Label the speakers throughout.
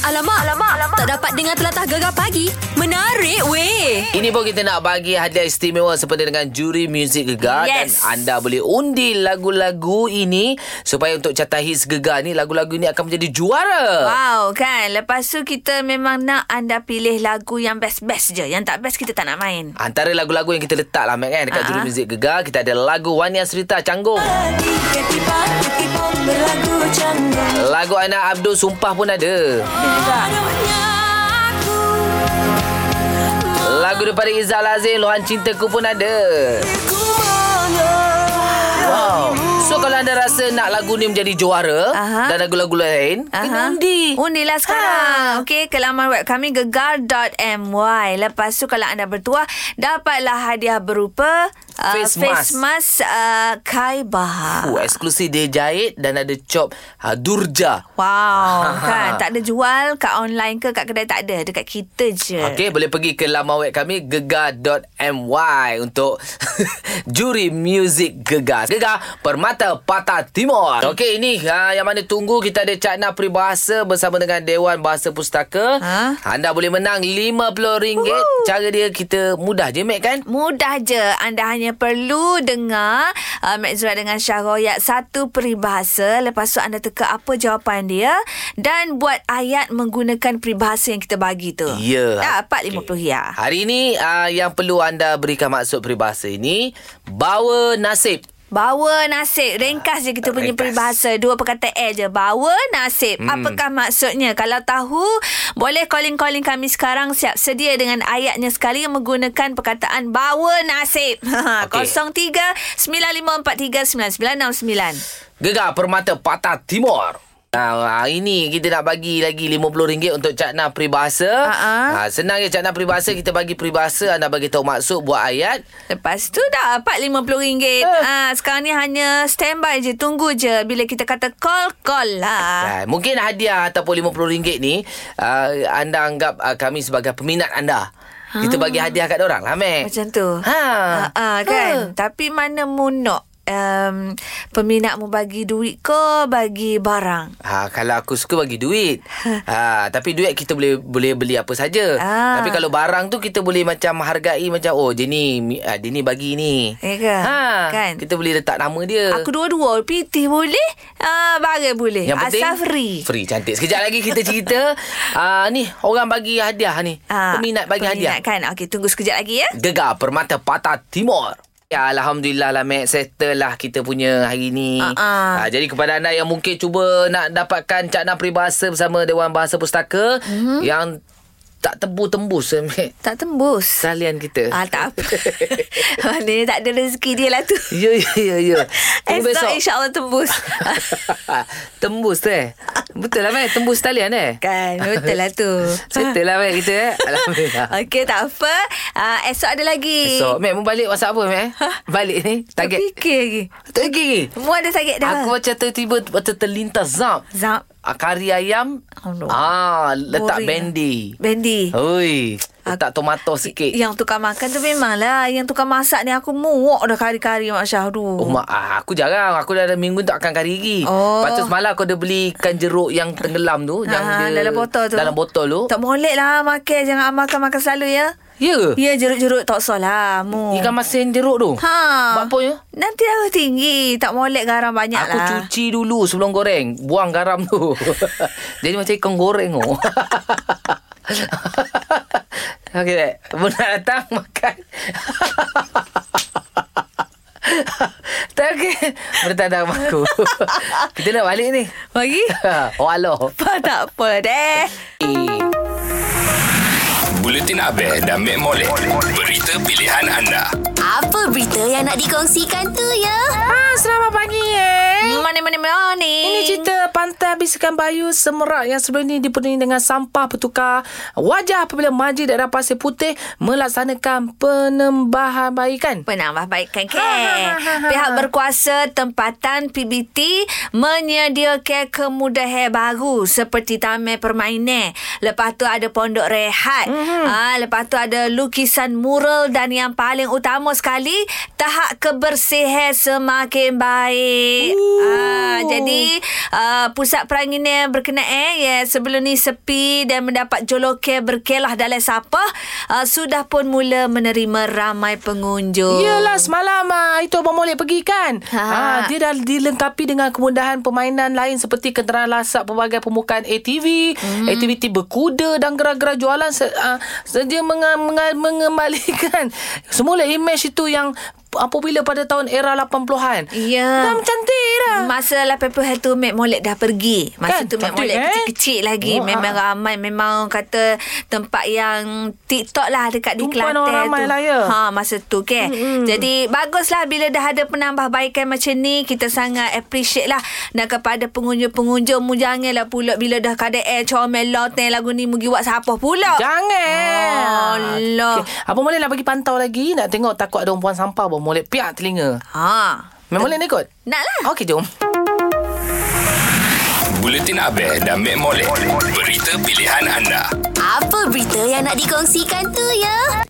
Speaker 1: Alamak, alamak, alamak. Tak dapat dengar telatah gegar pagi. Menarik weh.
Speaker 2: Ini pun kita nak bagi hadiah istimewa seperti dengan juri muzik gegar
Speaker 1: Yes.
Speaker 2: dan anda boleh undi lagu-lagu ini supaya untuk carta hits gegar ni lagu-lagu ini akan menjadi juara.
Speaker 3: Wow kan Lepas tu kita memang nak anda pilih lagu yang best-best je Yang tak best kita tak nak main
Speaker 2: Antara lagu-lagu yang kita letak lah Mac kan Dekat
Speaker 3: Ah.
Speaker 2: juri muzik gegar Kita ada lagu Wania Serita Canggung Lagu anak Abdul Sumpah pun ada Lagu daripada Izzal Azim Lohan Cintaku pun ada Wow So kalau anda rasa nak lagu ni menjadi juara
Speaker 3: Aha.
Speaker 2: Dan lagu-lagu lain Kena
Speaker 3: Aha.
Speaker 2: undi
Speaker 3: Undilah sekarang. Ha. Okey, ke laman web kami gegar.my. Lepas tu kalau anda bertuah, dapatlah hadiah berupa uh,
Speaker 2: Face
Speaker 3: face
Speaker 2: mask.
Speaker 3: mask uh, Kai Bahar.
Speaker 2: Oh, eksklusif dia jahit dan ada chop ha, durja.
Speaker 3: Wow, kan tak ada jual kat online ke kat kedai tak ada, dekat kita je.
Speaker 2: Okey, boleh pergi ke laman web kami gegar.my untuk juri muzik gegar. Gegar Permata Patah Timur. Okey, ini ha, yang mana tunggu kita ada Cakna Peribahasa bersama dengan Dewan Bahasa Pustaka.
Speaker 3: Ha?
Speaker 2: Anda boleh menang RM50. Cara dia kita mudah je, Mek kan?
Speaker 3: Mudah je. Anda hanya perlu dengar uh, Mek Zura dengan Syah Royak satu peribahasa. Lepas tu anda teka apa jawapan dia. Dan buat ayat menggunakan peribahasa yang kita bagi tu.
Speaker 2: Ya.
Speaker 3: Dapat RM50 okay. ya.
Speaker 2: Hari ini uh, yang perlu anda berikan maksud peribahasa ini bawa nasib.
Speaker 3: Bawa nasib. Ringkas je kita punya
Speaker 2: Ringkas.
Speaker 3: peribahasa. Dua perkataan je. Bawa nasib. Hmm. Apakah maksudnya? Kalau tahu, boleh calling-calling kami sekarang. Siap sedia dengan ayatnya sekali menggunakan perkataan bawa nasib.
Speaker 2: Okey.
Speaker 3: Okay. 03-9543-9969.
Speaker 2: Gegar Permata Patah Timur. Ha, hari ni kita nak bagi lagi RM50 untuk cakna peribahasa.
Speaker 3: Ha-ha.
Speaker 2: Ha, senang je cakna peribahasa. Kita bagi peribahasa, anda bagi tahu maksud, buat ayat.
Speaker 3: Lepas tu dah dapat RM50.
Speaker 2: Eh.
Speaker 3: Ah, sekarang ni hanya standby je. Tunggu je. Bila kita kata call, call lah.
Speaker 2: Ha, mungkin hadiah ataupun RM50 ni, uh, anda anggap uh, kami sebagai peminat anda. Kita bagi hadiah kat orang lah, Mac.
Speaker 3: Ha. Macam tu.
Speaker 2: Ha.
Speaker 3: Ha, kan. Ha. Tapi mana munok um, peminat mu bagi duit ke bagi barang?
Speaker 2: Ha, kalau aku suka bagi duit. Ha, tapi duit kita boleh boleh beli apa saja.
Speaker 3: Ah.
Speaker 2: Tapi kalau barang tu kita boleh macam hargai macam oh dia ni mi- ah, dia ni bagi ni.
Speaker 3: Ya ke? Kan?
Speaker 2: Ha. Kita boleh letak nama dia.
Speaker 3: Aku dua-dua PT boleh, uh, barang boleh.
Speaker 2: yang penting
Speaker 3: Asal free.
Speaker 2: Free cantik. Sekejap lagi kita cerita ah ni orang bagi hadiah ni.
Speaker 3: Ah,
Speaker 2: peminat bagi hadiah. Hmm.
Speaker 3: Peminat kan. Okey, tunggu sekejap lagi ya.
Speaker 2: Gegar Permata Patah Timur. Ya, Alhamdulillah lah Mac Settle lah kita punya hari ni
Speaker 3: Ah, ah.
Speaker 2: Ah, Jadi kepada anda yang mungkin cuba Nak dapatkan cakna peribahasa Bersama Dewan Bahasa
Speaker 3: Mhm.
Speaker 2: Pustaka mm-hmm. Yang tak tebu-tembus eh, Mac
Speaker 3: Tak tembus.
Speaker 2: Salian kita
Speaker 3: Ah, tak apa. Maknanya tak ada rezeki dia lah tu.
Speaker 2: Ya ya ya ya
Speaker 3: Esok
Speaker 2: Tunggu besok
Speaker 3: insyaAllah tembus.
Speaker 2: Tembus tu eh Betul lah Mac Tembus talian eh
Speaker 3: kan, betul lah tu.
Speaker 2: Settle lah Mac kita eh Alhamdulillah
Speaker 3: Okey, tak apa. Uh, esok ada lagi.
Speaker 2: So Mac mu balik WhatsApp apa Mac Balik ni Target
Speaker 3: Terfikir lagi.
Speaker 2: Target
Speaker 3: Semua ada sakit dah.
Speaker 2: Aku macam tiba-tiba Macam terlintas Zap
Speaker 3: Zap.
Speaker 2: Ah, Kari ayam
Speaker 3: Allah.
Speaker 2: Ah, Letak
Speaker 3: Boring.
Speaker 2: bendi
Speaker 3: Bendi.
Speaker 2: Oi Letak tomato sikit
Speaker 3: Yang tukang makan tu memanglah. Yang tukang masak ni aku muak dah kari-kari Mak Syahdu.
Speaker 2: Oh, mak, ah, aku jarang. Aku dah ada minggu tak makan kari lagi.
Speaker 3: Oh.
Speaker 2: Lepas tu semalam aku ada beli ikan jeruk yang tenggelam tu. yang
Speaker 3: Ha,
Speaker 2: dia,
Speaker 3: dalam botol tu.
Speaker 2: Dalam botol tu.
Speaker 3: Tak molek lah makan. Jangan makan-makan selalu ya.
Speaker 2: Ya ke?
Speaker 3: Ya jeruk-jeruk tak salah. Mu.
Speaker 2: Ikan masin jeruk tu.
Speaker 3: Ha.
Speaker 2: Buat apa ya?
Speaker 3: Nanti darah tinggi. Tak molek garam banyak
Speaker 2: Aku
Speaker 3: lah.
Speaker 2: cuci dulu sebelum goreng. Buang garam tu. Jadi macam ikan goreng tu. Okey tak? Bunda datang makan. tak okey. Bertandang aku. Kita nak balik ni.
Speaker 3: Bagi?
Speaker 2: oh aloh.
Speaker 3: apa tak apa deh.
Speaker 4: Buletin ABE dan Mek Molek. Berita pilihan anda.
Speaker 1: Apa berita yang nak dikongsikan tu ya?
Speaker 2: Ah, selamat pagi eh.
Speaker 3: Mana mana mana.
Speaker 2: Ini cerita pantai bisikan bayu semerak yang sebelum ini dipenuhi dengan sampah bertukar wajah apabila majlis daerah Pasir Putih melaksanakan penembahan bayi kan?
Speaker 3: Penambah baikan ke.
Speaker 2: Ha, ha, ha, ha.
Speaker 3: Pihak berkuasa tempatan PBT menyediakan kemudahan baru seperti taman permainan. Lepas tu ada pondok rehat. Mm-hmm. Ha, lepas tu ada lukisan mural dan yang paling utama sekali tahap kebersihan semakin baik. Ah, Ah, jadi uh, pusat peranginan berkenaan eh yeah, sebelum ni sepi dan mendapat jolokan berkelah dalam sapah uh, sudah pun mula menerima ramai
Speaker 2: Ya,
Speaker 3: pengunjung.
Speaker 5: Yelah semalam ah, itu Abang Molek pergi kan ha.
Speaker 3: Oh. Ha.
Speaker 5: Dia dah dilengkapi dengan kemudahan permainan lain Seperti kenderaan lasak pelbagai permukaan ATV Aktiviti berkuda dan gerak-gerak jualan se, ah, se- Dia menga, menga, mengembalikan Semula imej itu yang apabila pada tahun era 80-an
Speaker 3: Ya.
Speaker 5: Dah cantik dah
Speaker 3: Masa lah Pepper Head tu Mac Molek dah pergi.
Speaker 5: Ah. Kan,
Speaker 3: Masa kan, tu Mac
Speaker 5: cantik,
Speaker 3: Molek
Speaker 5: eh?
Speaker 3: kecil-kecil lagi.
Speaker 5: Oh,
Speaker 3: Oh, memang
Speaker 5: ah.
Speaker 3: ramai. Memang orang kata tempat yang TikTok lah dekat di
Speaker 5: Tumpuan
Speaker 3: Kelantan
Speaker 5: orang
Speaker 3: tu.
Speaker 5: ramai lah, ya.
Speaker 3: Ha, masa tu ke. Mm-hmm. Jadi baguslah bila dah ada penambahbaikan macam ni. Kita sangat appreciate lah. Dan kepada pengunjung-pengunjung mu janganlah pula bila dah kadang air comel loteng lagu ni mugi buat siapa pula.
Speaker 5: Jangan
Speaker 3: Allah.
Speaker 5: okay. Abang Molek nak pergi pantau lagi Nak tengok takut ada umpuan sampah Abang Molek piak telinga
Speaker 3: ha.
Speaker 5: Memang Molek nak ikut?
Speaker 3: Nak lah.
Speaker 5: Okey jom
Speaker 4: Buletin Abel dan Mek Molek. Berita pilihan anda.
Speaker 1: Apa berita yang nak dikongsikan tu ya?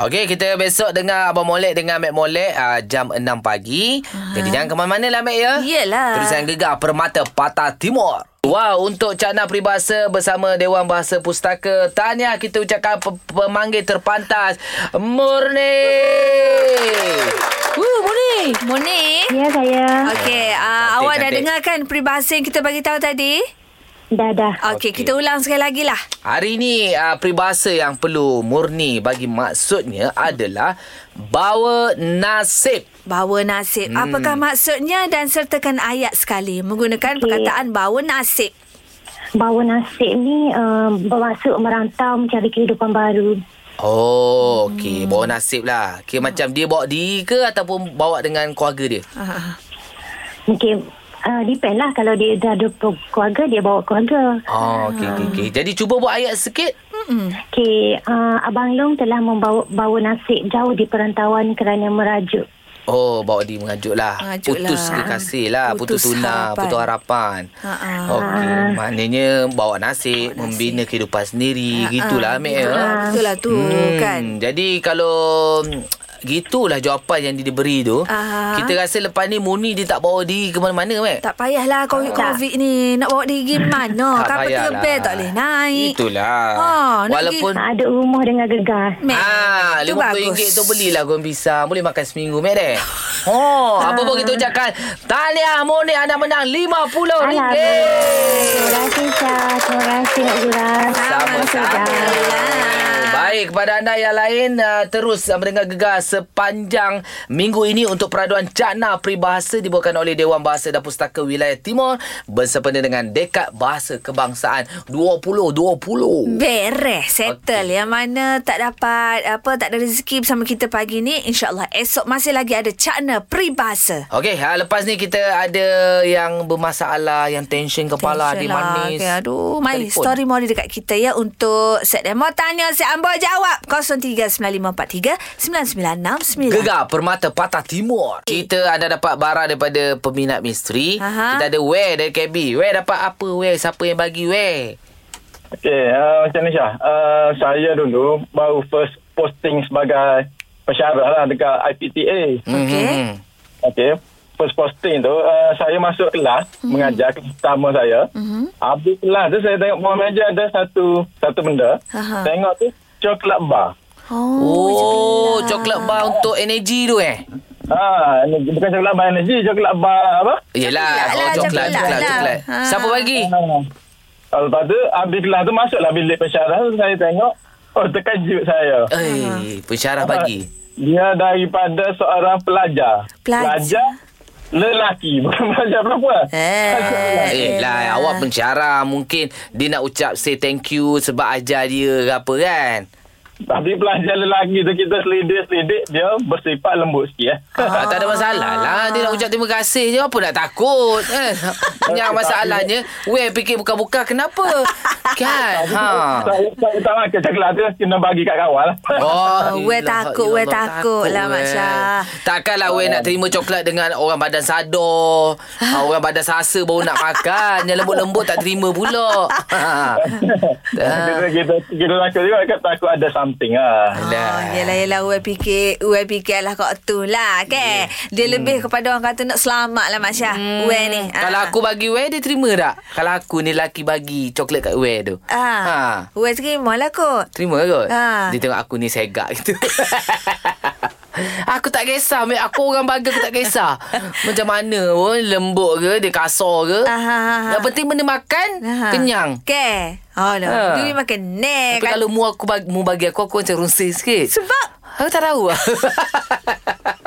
Speaker 2: Okey, kita besok dengar Abang Molek dengan Mek Molek uh, jam 6 pagi.
Speaker 5: Ah.
Speaker 2: Jadi jangan ke mana-mana lah, Mek, ya?
Speaker 3: Yelah.
Speaker 2: Terusan gegar Permata Patah Timur. Wow, untuk Cakna Peribahasa bersama Dewan Bahasa Pustaka. Tahniah kita ucapkan pe- pemanggil terpantas. Murni!
Speaker 5: Woo, Molek
Speaker 3: Moni.
Speaker 6: Ya saya
Speaker 3: Okey, uh, awak dah
Speaker 2: cantik.
Speaker 3: dengar kan peribahasa yang kita bagi tahu tadi?
Speaker 6: Dah dah
Speaker 3: Okey, okay.
Speaker 2: Okey.
Speaker 3: kita ulang sekali lagi lah.
Speaker 2: Hari ini uh, peribahasa yang perlu murni bagi maksudnya adalah bawa nasib.
Speaker 3: Bawa nasib. Hmm. Apakah maksudnya dan sertakan ayat sekali menggunakan okay. perkataan bawa nasib.
Speaker 6: Bawa nasib ni uh, Bermaksud merantau Mencari kehidupan baru
Speaker 2: Oh, okey,
Speaker 3: Hmm.
Speaker 2: bawa nasib lah. Kira macam dia bawa diri ke ataupun bawa dengan keluarga dia?
Speaker 6: Mungkin uh, Depend lah Kalau dia dah ada pe- keluarga Dia bawa keluarga
Speaker 3: Ah.
Speaker 2: Oh, okey okey okey. Jadi cuba buat ayat sikit.
Speaker 6: Okey uh, Abang Long telah membawa bawa nasib Jauh di perantauan Kerana merajuk
Speaker 2: Oh, bawa dia mengajuk lah.
Speaker 3: Mengajuk
Speaker 2: putus
Speaker 3: lah.
Speaker 2: kekasih lah. Putus,
Speaker 3: Putus harapan.
Speaker 2: tunang, putus harapan.
Speaker 3: Ha-ha.
Speaker 2: Okey, maknanya bawa nasib, membina kehidupan sendiri. Gitulah, Amir. ya.
Speaker 3: Ha, betul lah tu hmm. kan.
Speaker 2: Jadi kalau mm, gitulah jawapan yang dia diberi tu.
Speaker 3: Aha.
Speaker 2: Kita rasa lepas ni Muni dia tak bawa diri ke mana-mana, Mek.
Speaker 3: Tak payahlah COVID, COVID ni. Nak bawa diri pergi mana? Kapal terbang tak boleh naik.
Speaker 2: Itulah.
Speaker 3: Ha, nak
Speaker 2: Walaupun
Speaker 6: uh, Ada rumah dengan gegar
Speaker 3: Mek,
Speaker 2: Ah,
Speaker 3: itu
Speaker 2: RM50 tu belilah goreng pisang. Boleh makan seminggu, Mek deh. Oh, apa pun kita ucapkan. Tahniah, Moni. Anda menang
Speaker 6: Alah
Speaker 2: RM50.
Speaker 6: Terima kasih Syah Terima kasih Nak Zura
Speaker 2: Sama-sama. Baik, kepada anda yang lain, uh, terus uh, mendengar gegar sepanjang minggu ini untuk peraduan Cakna Peribahasa dibawakan oleh Dewan Bahasa dan Pustaka Wilayah Timur bersempena dengan Dekat Bahasa Kebangsaan 2020.
Speaker 3: Beres Settle okay. Yang mana tak dapat Apa tak ada rezeki Bersama kita pagi ni InsyaAllah esok Masih lagi ada Cakna peribahasa
Speaker 2: Okey, ha, lepas ni kita ada yang bermasalah, yang tension kepala,
Speaker 3: Tension
Speaker 2: dia manis.
Speaker 3: lah. Okay, aduh, mari
Speaker 2: Telefon.
Speaker 3: story mori dekat kita ya untuk set demo tanya si Ambo jawab 0395439969.
Speaker 2: Gegar Permata Patah Timur. Kita anda dapat barang daripada peminat misteri.
Speaker 3: Aha.
Speaker 2: Kita ada wear dari KB. Wear dapat apa wear? Siapa yang bagi wear?
Speaker 7: Okey, uh, macam ni Syah. Uh, saya dulu baru first posting sebagai pensyarah lah dekat IPTA.
Speaker 3: Okey.
Speaker 2: Mhm.
Speaker 7: Okey. First posting tu, uh, saya masuk kelas, mengajar kelas pertama saya. Habis kelas tu, saya tengok bawah meja ada satu satu benda.
Speaker 3: Aha.
Speaker 7: Tengok tu, coklat bar.
Speaker 2: Oh, coklat bar untuk energi tu eh.
Speaker 7: Ha, ni bukan coklat bar energi, coklat bar apa?
Speaker 2: Yelah,
Speaker 3: Coklat
Speaker 2: oh
Speaker 3: lah,
Speaker 2: coklat,
Speaker 3: coklat
Speaker 2: coklat,
Speaker 3: lah.
Speaker 2: coklat.
Speaker 3: Ha.
Speaker 2: Siapa bagi?
Speaker 7: Ha. Ah, Lepas tu, habis kelas tu masuklah bilik pensyarah tu, saya tengok. Oh, terkejut saya.
Speaker 2: Eh, pensyarah bagi.
Speaker 7: Dia daripada seorang pelajar.
Speaker 3: Pelajar?
Speaker 7: pelajar lelaki, bukan pelajar perempuan.
Speaker 3: Eh,
Speaker 2: Eh lah, awak pensyarah mungkin dia nak ucap say thank you sebab ajar dia ke apa kan?
Speaker 7: Tapi pelajar lelaki tu kita selidik-selidik, dia bersifat lembut sikit. Eh.
Speaker 2: Ah. Tak ada masalah lah. Dia nak ucap terima kasih je. Apa nak takut? Eh? Yang masalahnya, weh fikir buka-buka kenapa? kan? Ha.
Speaker 7: Saya tak, tak makan coklat tu, kena bagi kat kawan lah.
Speaker 2: Oh,
Speaker 3: Weh
Speaker 2: ilah,
Speaker 3: takut, weh
Speaker 2: ilah, Allah,
Speaker 3: takut lah, Mak
Speaker 2: weh.
Speaker 3: Syah.
Speaker 2: Takkanlah weh nak terima coklat dengan orang badan sador. Ah, orang badan sasa baru nak makan. Yang lembut-lembut tak terima pula. Ha.
Speaker 7: kita, kita, kita takut juga, kan, takut ada sam, something lah.
Speaker 2: Alah.
Speaker 3: Oh, yelah, yelah. UIPK, UIPK lah kot tu lah, kan? Yeah. Dia lebih kepada orang kata nak selamat lah, Mak Syah. Hmm. Weh ni.
Speaker 2: Ha. Hmm. Kalau aku bagi weh dia terima tak? Kalau aku ni laki bagi coklat kat weh tu.
Speaker 3: Ha. ha. Weh terima lah kot.
Speaker 2: Terima ke kot?
Speaker 3: Ha.
Speaker 2: Dia tengok aku ni segak gitu. aku tak kisah. Mek. Aku orang baga aku tak kisah. Macam mana pun. Lembut ke. Dia kasar ke.
Speaker 3: Ah, ah, ah, ah.
Speaker 2: Yang penting benda makan. Kenyang.
Speaker 3: Ha. Ke? Oh,
Speaker 2: Ha.
Speaker 3: no. Duri makan nek.
Speaker 2: Tapi kalau mu aku bagi, mu bagi aku, aku macam runsing sikit.
Speaker 3: Sebab
Speaker 2: Aku tak tahu lah.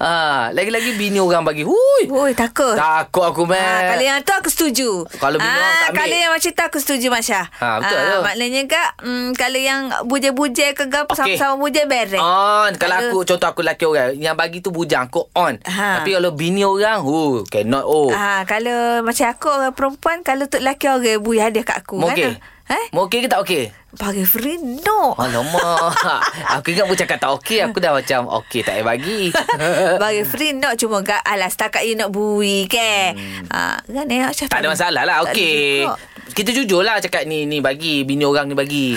Speaker 2: ha, lagi-lagi bini orang bagi. Hui.
Speaker 3: Oi, takut.
Speaker 2: Takut aku, Mek.
Speaker 3: Ha, kalau yang tu aku setuju.
Speaker 2: Kalau bini orang tak ambil.
Speaker 3: Kalau yang macam tu aku setuju Masya.
Speaker 2: Ha, betul tu.
Speaker 3: Maknanya kak, mm, kalau yang bujai-bujai ke gap
Speaker 2: Okey. Oh.
Speaker 3: sama-sama bujai beres.
Speaker 2: On Kalau
Speaker 3: Ada.
Speaker 2: aku Contoh aku lelaki orang Yang bagi tu bujang Aku on
Speaker 3: Ha.
Speaker 2: Tapi kalau bini orang oh, Cannot oh
Speaker 3: Ha,
Speaker 2: ha.
Speaker 3: kalau macam aku orang perempuan, kalau tu lelaki orang bui hadiah kat aku.
Speaker 2: Mu okey
Speaker 3: Kan? Eh?
Speaker 2: Mu okey ke tak okey
Speaker 3: Bagi free? No.
Speaker 2: Alamak Aku ingat mu cakap tak okey Aku dah macam Okey tak payah bagi
Speaker 3: Bagi free nak cuma gak alas setakat you nak bui ke. Ha, kan eh macam
Speaker 2: Hmm. Tak ada masalah lah
Speaker 3: Tak ada
Speaker 2: Okey
Speaker 3: juga.
Speaker 2: Kita jujur lah Cakap ni ni bagi Bini orang ni bagi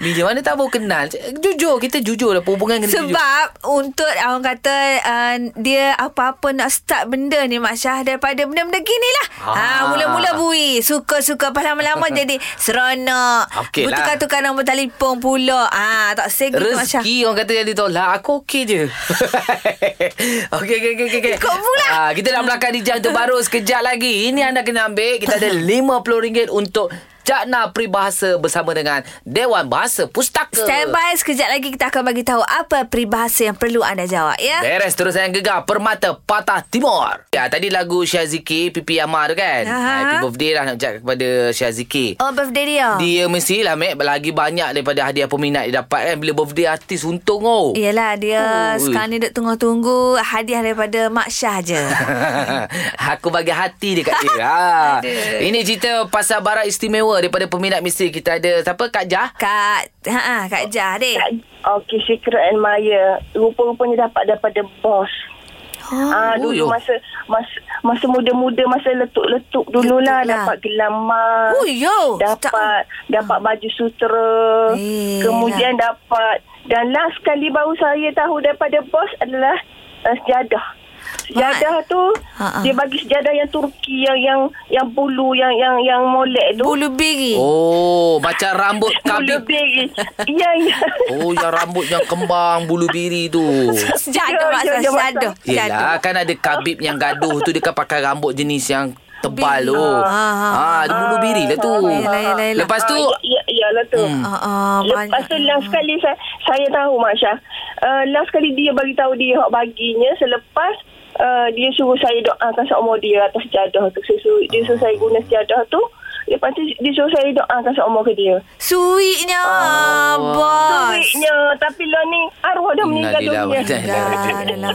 Speaker 2: Bini mana tak mau kenal Cak- Jujur Kita jujur lah Perhubungan kena jujur
Speaker 3: Sebab untuk orang kata uh, dia apa-apa nak start benda ni Mak Syah daripada benda-benda gini lah.
Speaker 2: Ah.
Speaker 3: Ah. Ha, mula-mula bui. Suka-suka pas lama-lama jadi seronok.
Speaker 2: Okey lah.
Speaker 3: Bertukar-tukar nombor telefon pula. Ah, tak segi tu Mak Syah.
Speaker 2: Rezeki orang kata yang ditolak Aku okey je Okey okey okey okey
Speaker 3: Ikut pula.
Speaker 2: Ah, Kita nak belakang di jam terbaru Sekejap lagi Ini anda kena ambil Kita ada RM50 untuk Cakna Peribahasa bersama dengan Dewan Bahasa Pustaka
Speaker 3: Stand by sekejap lagi kita akan bagi tahu apa peribahasa yang perlu anda jawab ya.
Speaker 2: Beres terus yang gegar Permata Patah Timur Ya tadi lagu Syaziki Pipi Amar tu kan
Speaker 3: Aha.
Speaker 2: Happy birthday lah nak ucap kepada Syaziki
Speaker 3: Oh birthday dia.
Speaker 2: Dia mestilah Mac Lagi banyak daripada hadiah peminat dia dapat kan Bila birthday artis untung oh
Speaker 3: Yelah dia
Speaker 2: Ui.
Speaker 3: sekarang ni duk tunggu-tunggu hadiah daripada Mak Syah je.
Speaker 2: Aku bagi hati dekat dia. ha. Ini cerita pasal barang istimewa daripada peminat misteri kita ada siapa Kak Jah.
Speaker 3: Kak, ha Kak Jah deh.
Speaker 8: Okey, Secret and Maya. Rupa-rupanya dapat daripada bos. Ah,
Speaker 2: Oh, yo.
Speaker 8: dulu masa masa masa muda-muda masa letuk-letuk
Speaker 3: Letuk
Speaker 8: dululah
Speaker 3: lah.
Speaker 8: dapat gelang mas.
Speaker 3: Oh, yo.
Speaker 8: Dapat dapat baju sutera.
Speaker 3: Eh,
Speaker 8: kemudian dapat dan last kali baru saya tahu daripada bos adalah uh, sejadah. Sejadah tu
Speaker 3: Ha, ha.
Speaker 8: dia bagi sejadah yang Turki yang yang yang bulu yang yang yang molek tu.
Speaker 3: Bulu biri.
Speaker 2: Oh, macam rambut
Speaker 8: Bulu
Speaker 2: kabib.
Speaker 8: beri. Ya ya.
Speaker 2: Oh, yang rambut yang kembang bulu biri tu.
Speaker 3: Sejadah Mak
Speaker 8: Ya,
Speaker 3: Syah
Speaker 8: ya, Mak
Speaker 3: Sejadah
Speaker 2: Yelah, kan ada kabib yang gaduh tu dia kan pakai rambut jenis yang tebal tu.
Speaker 3: Biri.
Speaker 2: Ha,
Speaker 3: Ah, ah,
Speaker 2: ada bulu biri lah tu.
Speaker 3: Yelah, yelah, yelah.
Speaker 2: Lepas tu
Speaker 8: Ya, ya lah tu.
Speaker 2: Hmm.
Speaker 3: Ah, ah,
Speaker 8: Lepas
Speaker 3: banyak.
Speaker 8: tu last kali saya, saya tahu Mak Syah. Uh, last kali dia bagi tahu dia hak baginya selepas uh, dia suruh saya doakan seumur dia atas jadah tu. Dia suruh, dia suruh saya guna sejadah tu. Lepas tu dia suruh saya doakan seumur ke dia.
Speaker 3: Suiknya
Speaker 2: Oh.
Speaker 3: Bos
Speaker 8: Baiknya tapi lah ni arwah dah meninggal
Speaker 2: Innalillahi wa
Speaker 8: dunia.
Speaker 2: inna ilaihi raji'un.
Speaker 3: Dah,
Speaker 8: Ah.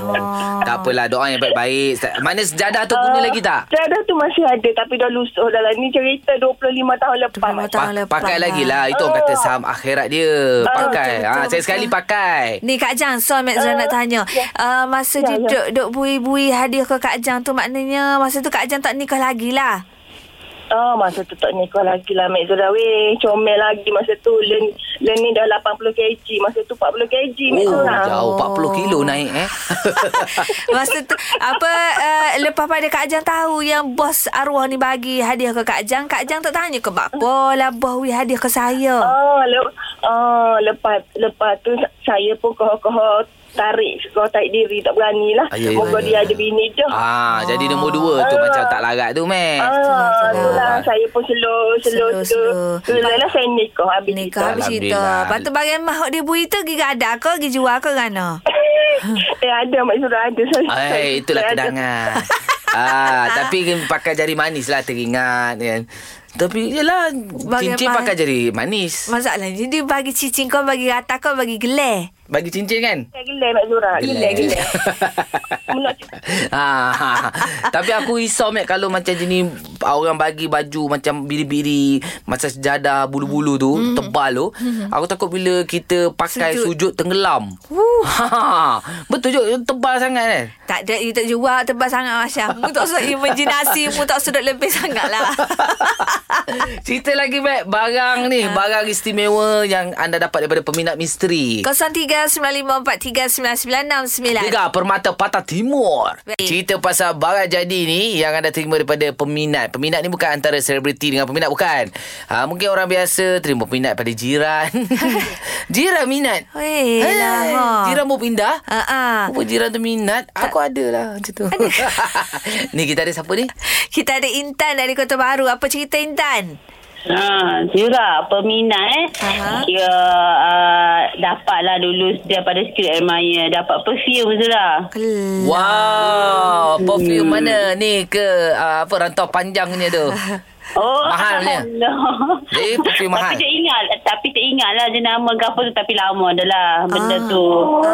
Speaker 3: dah.
Speaker 2: Tak apalah doa yang baik-baik. Mana sejadah tu guna lagi tak?
Speaker 8: Jadah tu masih ada tapi dah lusuh dah lah. Ni cerita 25 tahun lepas. Mak Syah.
Speaker 3: Tahun
Speaker 2: Pa-
Speaker 3: lepas
Speaker 2: pakai
Speaker 3: lah.
Speaker 2: lagi lah Itu orang kata saham akhirat dia Pakai
Speaker 3: betul,
Speaker 2: ha,
Speaker 3: betul,
Speaker 2: Saya
Speaker 3: betul.
Speaker 2: sekali pakai
Speaker 3: Ni Kak Jang So Mek Zara nak tanya uh, Masa
Speaker 8: Ah, Ya,
Speaker 3: dia
Speaker 8: ya.
Speaker 3: duk, duk bui-bui Hadiah ke Kak Jang tu Maknanya Masa tu Kak Jang tak nikah lagi lah
Speaker 8: Ah, masa tu tak nikah lagi lah Mek Zura weh. Comel lagi masa tu. Len, Len ni dah 80 kg. Masa tu 40 kg Mek
Speaker 2: Oh
Speaker 8: Zura.
Speaker 2: jauh 40 kilo naik eh
Speaker 3: Masa tu Apa uh, Lepas pada Kak Jang tahu Yang bos arwah ni bagi Hadiah ke Kak Jang Kak Jang tak tanya ke Bapa lah Bos weh hadiah ke saya
Speaker 8: Ah. Oh, le- oh, lepas lepas tu saya pun koho-koho tarik koho tarik diri tak berani lah.
Speaker 2: Ayah,
Speaker 8: Moga
Speaker 2: ayah,
Speaker 8: dia
Speaker 2: ayah.
Speaker 8: ada bini je. Ah.
Speaker 2: ah, Jadi nombor dua tu Macam tak larat tu meh
Speaker 8: Ah,
Speaker 3: Itulah,
Speaker 8: tu lah
Speaker 2: itulah.
Speaker 8: saya pun slow, slow,
Speaker 3: Slow,
Speaker 8: slow. slow.
Speaker 3: slow.
Speaker 8: Tu lah lah saya nikah habis
Speaker 3: Nikah habis cerita
Speaker 2: Alhamdulillah.
Speaker 3: Lepas tu bagian mahuk dia bui tu Pergi ada ke Pergi jual ke kan? Gana
Speaker 8: kita. Eh, ada Mak Zura, ada. Saya,
Speaker 2: Ay,
Speaker 8: saya-
Speaker 2: Ah, eh, Itulah
Speaker 8: saya ada.
Speaker 2: kedangan ah, Tapi kan pakai jari manis lah Teringat kan tapi yelah
Speaker 3: Bagai
Speaker 2: Cincin
Speaker 3: pah-
Speaker 2: pakai jari manis
Speaker 3: Masalahnya dia bagi cincin kau bagi rata kau bagi gelar.
Speaker 2: bagi cincin kan?
Speaker 9: Gelai Mak Zura. Gelai, gelai. Menurut-
Speaker 2: ha, ha, ha. Tapi aku risau Mek kalau macam jenis orang bagi baju macam biri-biri, macam sejadah bulu-bulu tu, mm-hmm. tebal tu. Mm-hmm. Aku takut bila kita pakai sujud, sujud tenggelam. Ha, betul je tebal sangat kan.
Speaker 3: Tak ada you tak jual tebal sangat Masya. Mu tak usah imajinasi, mu tak sudut lebih sangat lah.
Speaker 2: Cerita lagi Mek barang ni, barang istimewa yang anda dapat daripada peminat misteri.
Speaker 3: 0395439969.
Speaker 2: Gegar Permata Patah Timur.
Speaker 3: Baik.
Speaker 2: Cerita pasal barang jadi ni yang anda terima daripada peminat. Peminat ni bukan antara selebriti dengan peminat bukan. Ha, mungkin orang biasa terima peminat pada jiran. jiran minat.
Speaker 3: Weh lah.
Speaker 2: Eh,
Speaker 3: ha.
Speaker 2: Jiran mau pindah.
Speaker 3: Ah, ah.
Speaker 2: Apa jiran tu minat? Aku ada lah macam tu. ni kita ada siapa ni?
Speaker 3: Kita ada Intan dari Kota Baru. Apa cerita Intan?
Speaker 8: Ha, Zura, peminat eh.
Speaker 3: Aha.
Speaker 8: Dia uh, dapatlah dulu daripada Secret Admirer. Dapat perfume Zura.
Speaker 3: Kel-
Speaker 2: Wow, perfume mana ni ke uh, apa rantau panjangnya tu?
Speaker 8: Oh,
Speaker 2: Mahalnya?
Speaker 8: No.
Speaker 2: Jadi, perfume mahal?
Speaker 8: Tapi tak ingat, tapi tak ingat lah jenama ke apa tu. Tapi lama dah lah benda
Speaker 3: Ah.
Speaker 8: tu. ha.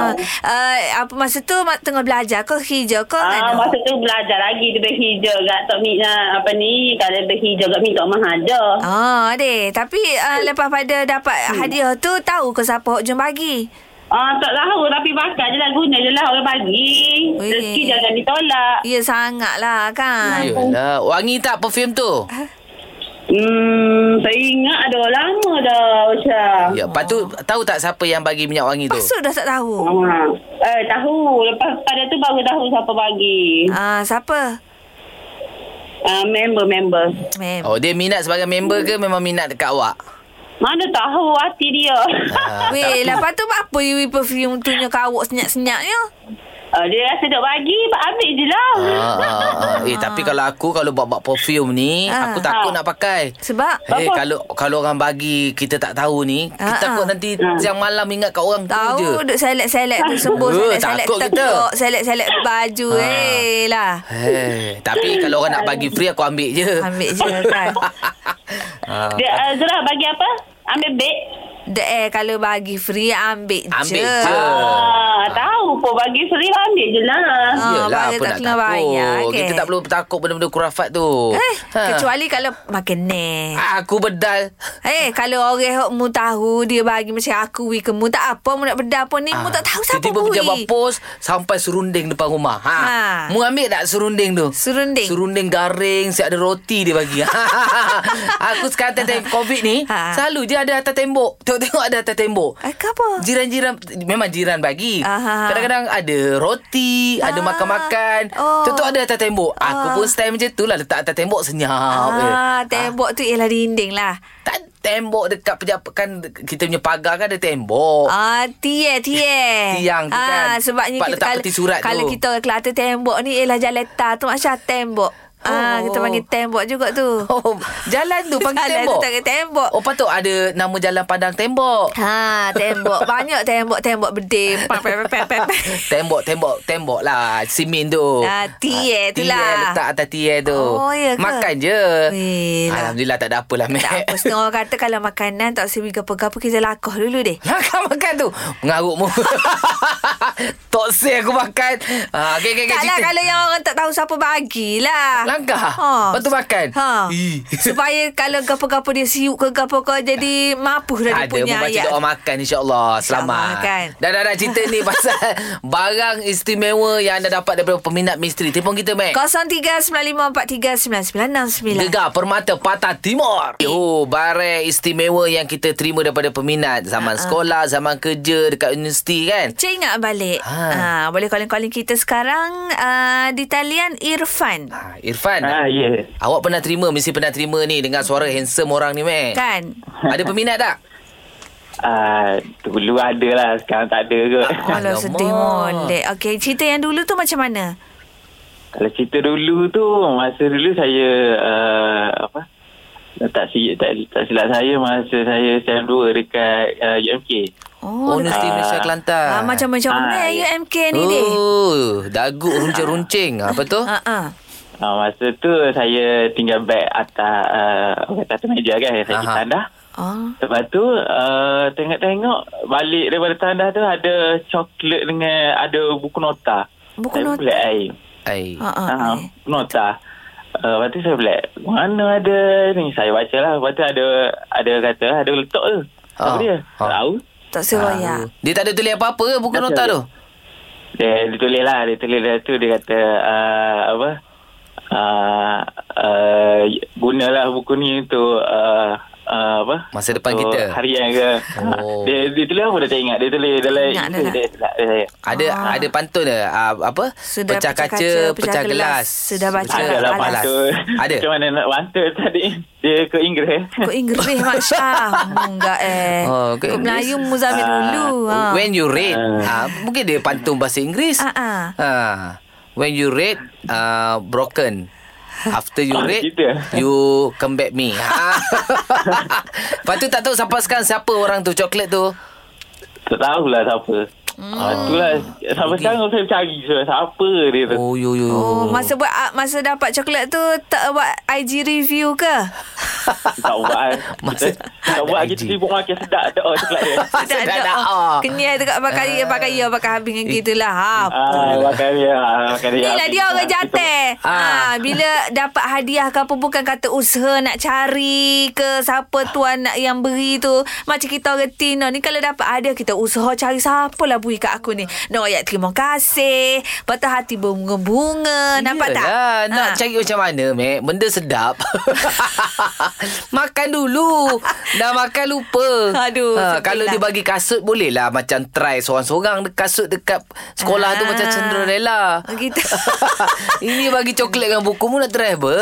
Speaker 3: Ah, uh, apa masa tu ma- tengah belajar ke hijau ke
Speaker 8: Ah,
Speaker 3: kan?
Speaker 8: masa tu belajar lagi dia berhijau kat Tok Mina apa ni kalau berhijau kat Mintok Mahaja.
Speaker 3: Ah, deh. Tapi uh, lepas pada dapat
Speaker 8: Hmm.
Speaker 3: hadiah tu tahu ke siapa hok jom bagi?
Speaker 8: Ah, tak tahu tapi bakar je lah guna je lah orang bagi.
Speaker 3: Weh.
Speaker 8: Rezeki jangan ditolak.
Speaker 3: Ya sangat lah kan.
Speaker 2: Yalah, wangi tak perfume tu?
Speaker 8: Hmm, saya ingat dah lama dah macam.
Speaker 3: Ah.
Speaker 2: Ya, lepas tu tahu tak siapa yang bagi minyak wangi tu?
Speaker 3: Pasut dah tak tahu.
Speaker 8: Ha. Eh, tahu. Lepas pada tu baru tahu siapa bagi.
Speaker 3: Ah, siapa?
Speaker 8: Uh, member-member.
Speaker 3: Mem.
Speaker 2: Oh, dia minat sebagai member ke memang minat dekat awak?
Speaker 8: Mana tahu hati dia.
Speaker 2: Ah,
Speaker 3: Weh, lepas tu apa you perfume tu nya kawak senyap-senyaknya?
Speaker 8: Uh, dia rasa duk bagi, ambil je lah.
Speaker 2: Ah, ah, ah. Eh, tapi kalau aku kalau buat-buat perfume ni,
Speaker 3: Ah.
Speaker 2: aku takut nak pakai.
Speaker 3: Sebab
Speaker 2: Eh, kalau kalau orang bagi kita tak tahu ni, kita
Speaker 3: Ah,
Speaker 2: takut
Speaker 3: ah.
Speaker 2: nanti siang malam ingat kat orang tu je.
Speaker 3: Tahu duk selek-selek tu sembuh
Speaker 2: Eh,
Speaker 3: selek-selek
Speaker 2: takut kita.
Speaker 3: tekuk, selek-selek baju
Speaker 2: Ha.
Speaker 3: eh lah.
Speaker 2: Eh, tapi kalau orang nak bagi free aku ambil je.
Speaker 3: Ambil je kan.
Speaker 2: Ah.
Speaker 8: Dia, uh, Zura bagi apa? Ambil beg?
Speaker 3: The air kalau bagi free ambil, je.
Speaker 2: Ambil je.
Speaker 8: Ah, tahu pun bagi free ambil je lah.
Speaker 3: Ah,
Speaker 2: Yelah,
Speaker 3: bayar
Speaker 2: apa
Speaker 3: tak
Speaker 2: nak
Speaker 3: kena
Speaker 2: takut.
Speaker 3: bayar, okey.
Speaker 2: Kita tak perlu takut benda-benda kurafat tu.
Speaker 3: Eh,
Speaker 2: Ha.
Speaker 3: kecuali kalau makan ni.
Speaker 2: Aku bedal.
Speaker 3: Eh, kalau orang hok mu tahu dia bagi macam aku weh ke mu tak apa mu nak bedah pun ni mu tak tahu siapa
Speaker 2: Ah. Tiba-tiba
Speaker 3: mu.
Speaker 2: pejabat
Speaker 3: weh.
Speaker 2: pos sampai serunding depan rumah. Ha.
Speaker 3: Ha.
Speaker 2: ha. Mu ambil tak serunding tu?
Speaker 3: Serunding?
Speaker 2: Serunding garing, siap ada roti dia bagi. Aku sekarang time, time COVID ni,
Speaker 3: Ha.
Speaker 2: ha. selalu je ada atas tembok. Tengok-tengok ada atas tembok.
Speaker 3: Eh, ke apa?
Speaker 2: Jiran-jiran Memang jiran bagi
Speaker 3: Aha.
Speaker 2: Kadang-kadang ada roti Ada
Speaker 3: Ah.
Speaker 2: makan-makan
Speaker 3: Oh.
Speaker 2: Contoh ada atas tembok Aku pun style macam tu lah Letak atas tembok senyap
Speaker 3: Ah,
Speaker 2: je. Ah.
Speaker 3: tembok tu ialah dinding lah.
Speaker 2: Tak tembok dekat pejabat kan kita punya pagar kan ada tembok.
Speaker 3: Ah, tie tie.
Speaker 2: Tiang tu
Speaker 3: Ah,
Speaker 2: kan.
Speaker 3: sebabnya
Speaker 2: Tempat
Speaker 3: kita
Speaker 2: letak
Speaker 3: kalau,
Speaker 2: peti surat
Speaker 3: kalau
Speaker 2: tu.
Speaker 3: kita orang Kelantan tembok ni ialah jalan tar tu Masya tembok. Ah, kita
Speaker 2: Oh.
Speaker 3: panggil tembok juga tu.
Speaker 2: Oh, jalan tu panggil
Speaker 3: Jalan tu
Speaker 2: tembok.
Speaker 3: panggil tembok.
Speaker 2: Oh, patut ada nama jalan pandang tembok.
Speaker 3: Ha, tembok. Banyak tembok-tembok bedil. Pam, pam, pam, pam, pam.
Speaker 2: Tembok, tembok, tembok lah. Simin tu.
Speaker 3: Ah, tier tu
Speaker 2: tier
Speaker 3: lah.
Speaker 2: letak atas tier tu.
Speaker 3: Oh, ya ke?
Speaker 2: Makan je.
Speaker 3: Weh, lah.
Speaker 2: Alhamdulillah tak ada apalah, Mek.
Speaker 3: Tak Ah, apa Setengah orang kata Kalau makanan tak sewi gapa-gapa Kita lakoh dulu deh
Speaker 2: Makan, makan tu. Mengarut mu. Toksik aku makan. Ah, okay, okay, okay.
Speaker 3: tak lah kalau yang orang tak tahu siapa bagilah.
Speaker 2: Langkah? Lepas tu makan?
Speaker 3: Ha.
Speaker 2: Ih.
Speaker 3: Supaya kalau gapa-gapa dia siuk ke gapa ke jadi mapuh dah dia
Speaker 2: ada
Speaker 3: punya
Speaker 2: membaca
Speaker 3: ayat.
Speaker 2: doa makan insyaAllah Selamat
Speaker 3: InsyaAllah, kan?
Speaker 2: Dah dah dah cerita ni pasal Barang istimewa yang anda dapat daripada peminat misteri Telepon kita Mac
Speaker 3: 0395439969.
Speaker 2: Eh. Gegar Permata Patah Timur
Speaker 3: Eh.
Speaker 2: Oh barang istimewa yang kita terima daripada peminat
Speaker 3: Ha,
Speaker 2: Zaman sekolah, zaman kerja dekat universiti kan
Speaker 3: Cik ingat balik. Ha.
Speaker 2: Ha.
Speaker 3: boleh calling-calling kita sekarang uh, di talian Irfan.
Speaker 2: ha, Irfan
Speaker 10: Ah, ya.
Speaker 2: Awak pernah terima, mesti pernah terima ni Dengan suara handsome orang ni Mac
Speaker 3: Hmm. Kan?
Speaker 2: Ada peminat tak?
Speaker 10: Ah, dulu ada lah. Sekarang tak ada ke.
Speaker 3: Alah
Speaker 2: Ya, Alamak.
Speaker 3: sedih molek. Okey, cerita yang dulu tu macam mana?
Speaker 10: Kalau cerita dulu tu, masa dulu saya uh, apa? Tak, si, tak, tak silap saya masa saya SEM 2 dekat uh, UMK.
Speaker 3: Oh,
Speaker 2: Universiti Malaysia Kelantan
Speaker 3: ha, macam-macam
Speaker 10: Ah,
Speaker 3: mana
Speaker 10: ya.
Speaker 3: UMK ni deh.
Speaker 2: Oh, dagu runcing-runcing Apa tu?
Speaker 3: Ha ah.
Speaker 10: Uh, masa tu saya tinggal beg atas uh, orang kata meja kan. Saya
Speaker 2: Aha.
Speaker 10: pergi tandas.
Speaker 3: Oh.
Speaker 7: Lepas tu uh, tengok-tengok balik daripada tandas tu ada coklat dengan ada buku nota. saya
Speaker 3: Buku nota?
Speaker 7: Beli air.
Speaker 2: Ai.
Speaker 3: Ha ah.
Speaker 7: Ah,
Speaker 3: eh.
Speaker 7: nota. Uh, lepas tu saya beli Mana ada ni Saya baca lah Lepas tu ada Ada kata Ada letak tu
Speaker 2: Ah,
Speaker 7: Apa dia
Speaker 2: ah.
Speaker 7: Tak tahu
Speaker 3: Tak ya. seroyak.
Speaker 2: Dia tak ada tulis apa-apa ke buku
Speaker 7: Tak
Speaker 2: nota
Speaker 7: ada.
Speaker 2: tu?
Speaker 7: dia, dia tulis lah Dia tulis dia tu Dia kata uh, Apa uh, uh, Gunalah buku ni Untuk uh, uh, Apa
Speaker 2: Masa depan
Speaker 7: Untuk
Speaker 2: kita.
Speaker 7: Harian ke
Speaker 2: Oh.
Speaker 7: dia, dia tulis apa Dia tak ingat Dia tulis dalam
Speaker 3: Ingat dah
Speaker 7: itu
Speaker 3: lah.
Speaker 7: Dia tak saya
Speaker 2: Ada ada pantun dia. Ah, apa?
Speaker 3: Sudah
Speaker 2: pecah
Speaker 3: pecah
Speaker 2: kaca,
Speaker 3: kaca,
Speaker 2: pecah,
Speaker 3: pecah
Speaker 2: gelas.
Speaker 3: gelas. Sudah baca
Speaker 2: Pecah
Speaker 7: ada lah
Speaker 3: Alas.
Speaker 7: pantun
Speaker 2: Ada.
Speaker 7: Macam mana nak pantun tadi Dia ke Inggeris
Speaker 3: Kau Inggeris Mak Syah Enggak eh
Speaker 2: Oh,
Speaker 3: oh,
Speaker 2: ke
Speaker 3: Kau
Speaker 2: Inggeris? Ah.
Speaker 3: Melayu Muzamil dulu ha.
Speaker 2: When you read, ah.
Speaker 7: Ah.
Speaker 2: mungkin dia pantun bahasa Inggeris.
Speaker 3: Ah, ah.
Speaker 2: Ah. When you read, ah, broken. After you
Speaker 7: Ah,
Speaker 2: read,
Speaker 7: gitu.
Speaker 2: you come back me. Ah. Lepas tu tak tahu sampai sekarang siapa orang tu coklat tu.
Speaker 7: Tak tahulah siapa
Speaker 2: Hmm.
Speaker 7: Ah, itulah sampai sekarang saya cari so, siapa dia tu.
Speaker 2: Oh, yo, yo.
Speaker 3: Oh, masa buat masa dapat coklat tu tak buat IG review ke?
Speaker 7: Tak buat. eh.
Speaker 2: Masa-
Speaker 7: Kita, tak
Speaker 2: ada
Speaker 7: buat
Speaker 2: IG.
Speaker 7: kita sibuk makan sedap dah oh, coklat dia.
Speaker 2: Sedap Ah. dah.
Speaker 3: Oh, Kenyai dekat pakai uh, pakai ya pakai habis dengan gitulah. Ha.
Speaker 7: Ah,
Speaker 2: Oh.
Speaker 7: makan dia. ah, Makan
Speaker 2: ya,
Speaker 7: dia.
Speaker 3: Inilah dia orang jantai.
Speaker 2: lah. Ah.
Speaker 3: Ha, bila dapat hadiah ke apa bukan kata usaha nak cari ke siapa tuan nak yang beri tu. Macam kita orang Tino ni kalau dapat hadiah kita usaha cari siapa lah beri kat aku ni. Nak ayat terima kasih. Patah hati berbunga-bunga. Nampak tak?
Speaker 2: Yelah, Nak
Speaker 3: Ah.
Speaker 2: cari macam mana, Mek? Benda sedap. makan dulu. Dah makan lupa.
Speaker 3: Aduh,
Speaker 2: Ah,
Speaker 3: sedih
Speaker 2: kalau
Speaker 3: lah.
Speaker 2: dia bagi kasut, boleh lah macam try seorang-seorang de- kasut dekat sekolah tu
Speaker 3: Ah.
Speaker 2: macam Cinderella.
Speaker 3: Oh, gitu.
Speaker 2: Ini bagi coklat dengan buku mu nak try apa?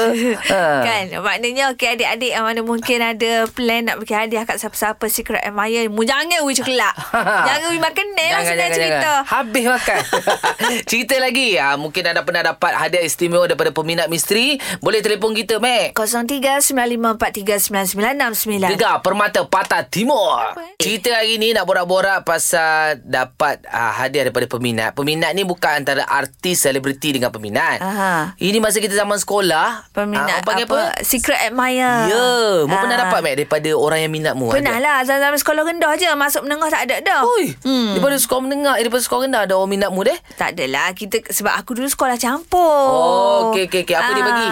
Speaker 2: Ha.
Speaker 3: Kan Maknanya okay, adik-adik Yang mana mungkin ada Plan nak bagi hadiah Kat siapa-siapa Secret admirer Mu jangan wui coklat Jangan wui makan Nek lah Senang cerita
Speaker 2: Habis makan Cerita lagi ha, Mungkin anda pernah dapat Hadiah istimewa Daripada peminat misteri Boleh telefon kita Mac
Speaker 3: 0395439969.
Speaker 2: Gegar Permata Patah Timur.
Speaker 3: eh?
Speaker 2: Cerita hari ni nak borak-borak pasal dapat uh, hadiah daripada peminat. Peminat ni bukan antara artis, selebriti dengan peminat.
Speaker 3: Aha.
Speaker 2: Ini masa kita zaman sekolah. ah,
Speaker 3: Peminat
Speaker 2: orang panggil apa? apa?
Speaker 3: Secret admirer
Speaker 2: Ya, yeah. mu pernah
Speaker 3: Ah.
Speaker 2: dapat Mac daripada orang yang minat mu.
Speaker 3: Pernah
Speaker 2: hadiah?
Speaker 3: lah Zaman-zaman sekolah rendah je Masuk menengah tak ada dah
Speaker 2: Oi, hmm. daripada sekolah menengah, eh, daripada sekolah rendah ada orang minat mu deh.
Speaker 3: Tak adalah kita sebab aku dulu sekolah campur. Ah,
Speaker 2: Oh, okey, okey, okey. Apa dia bagi?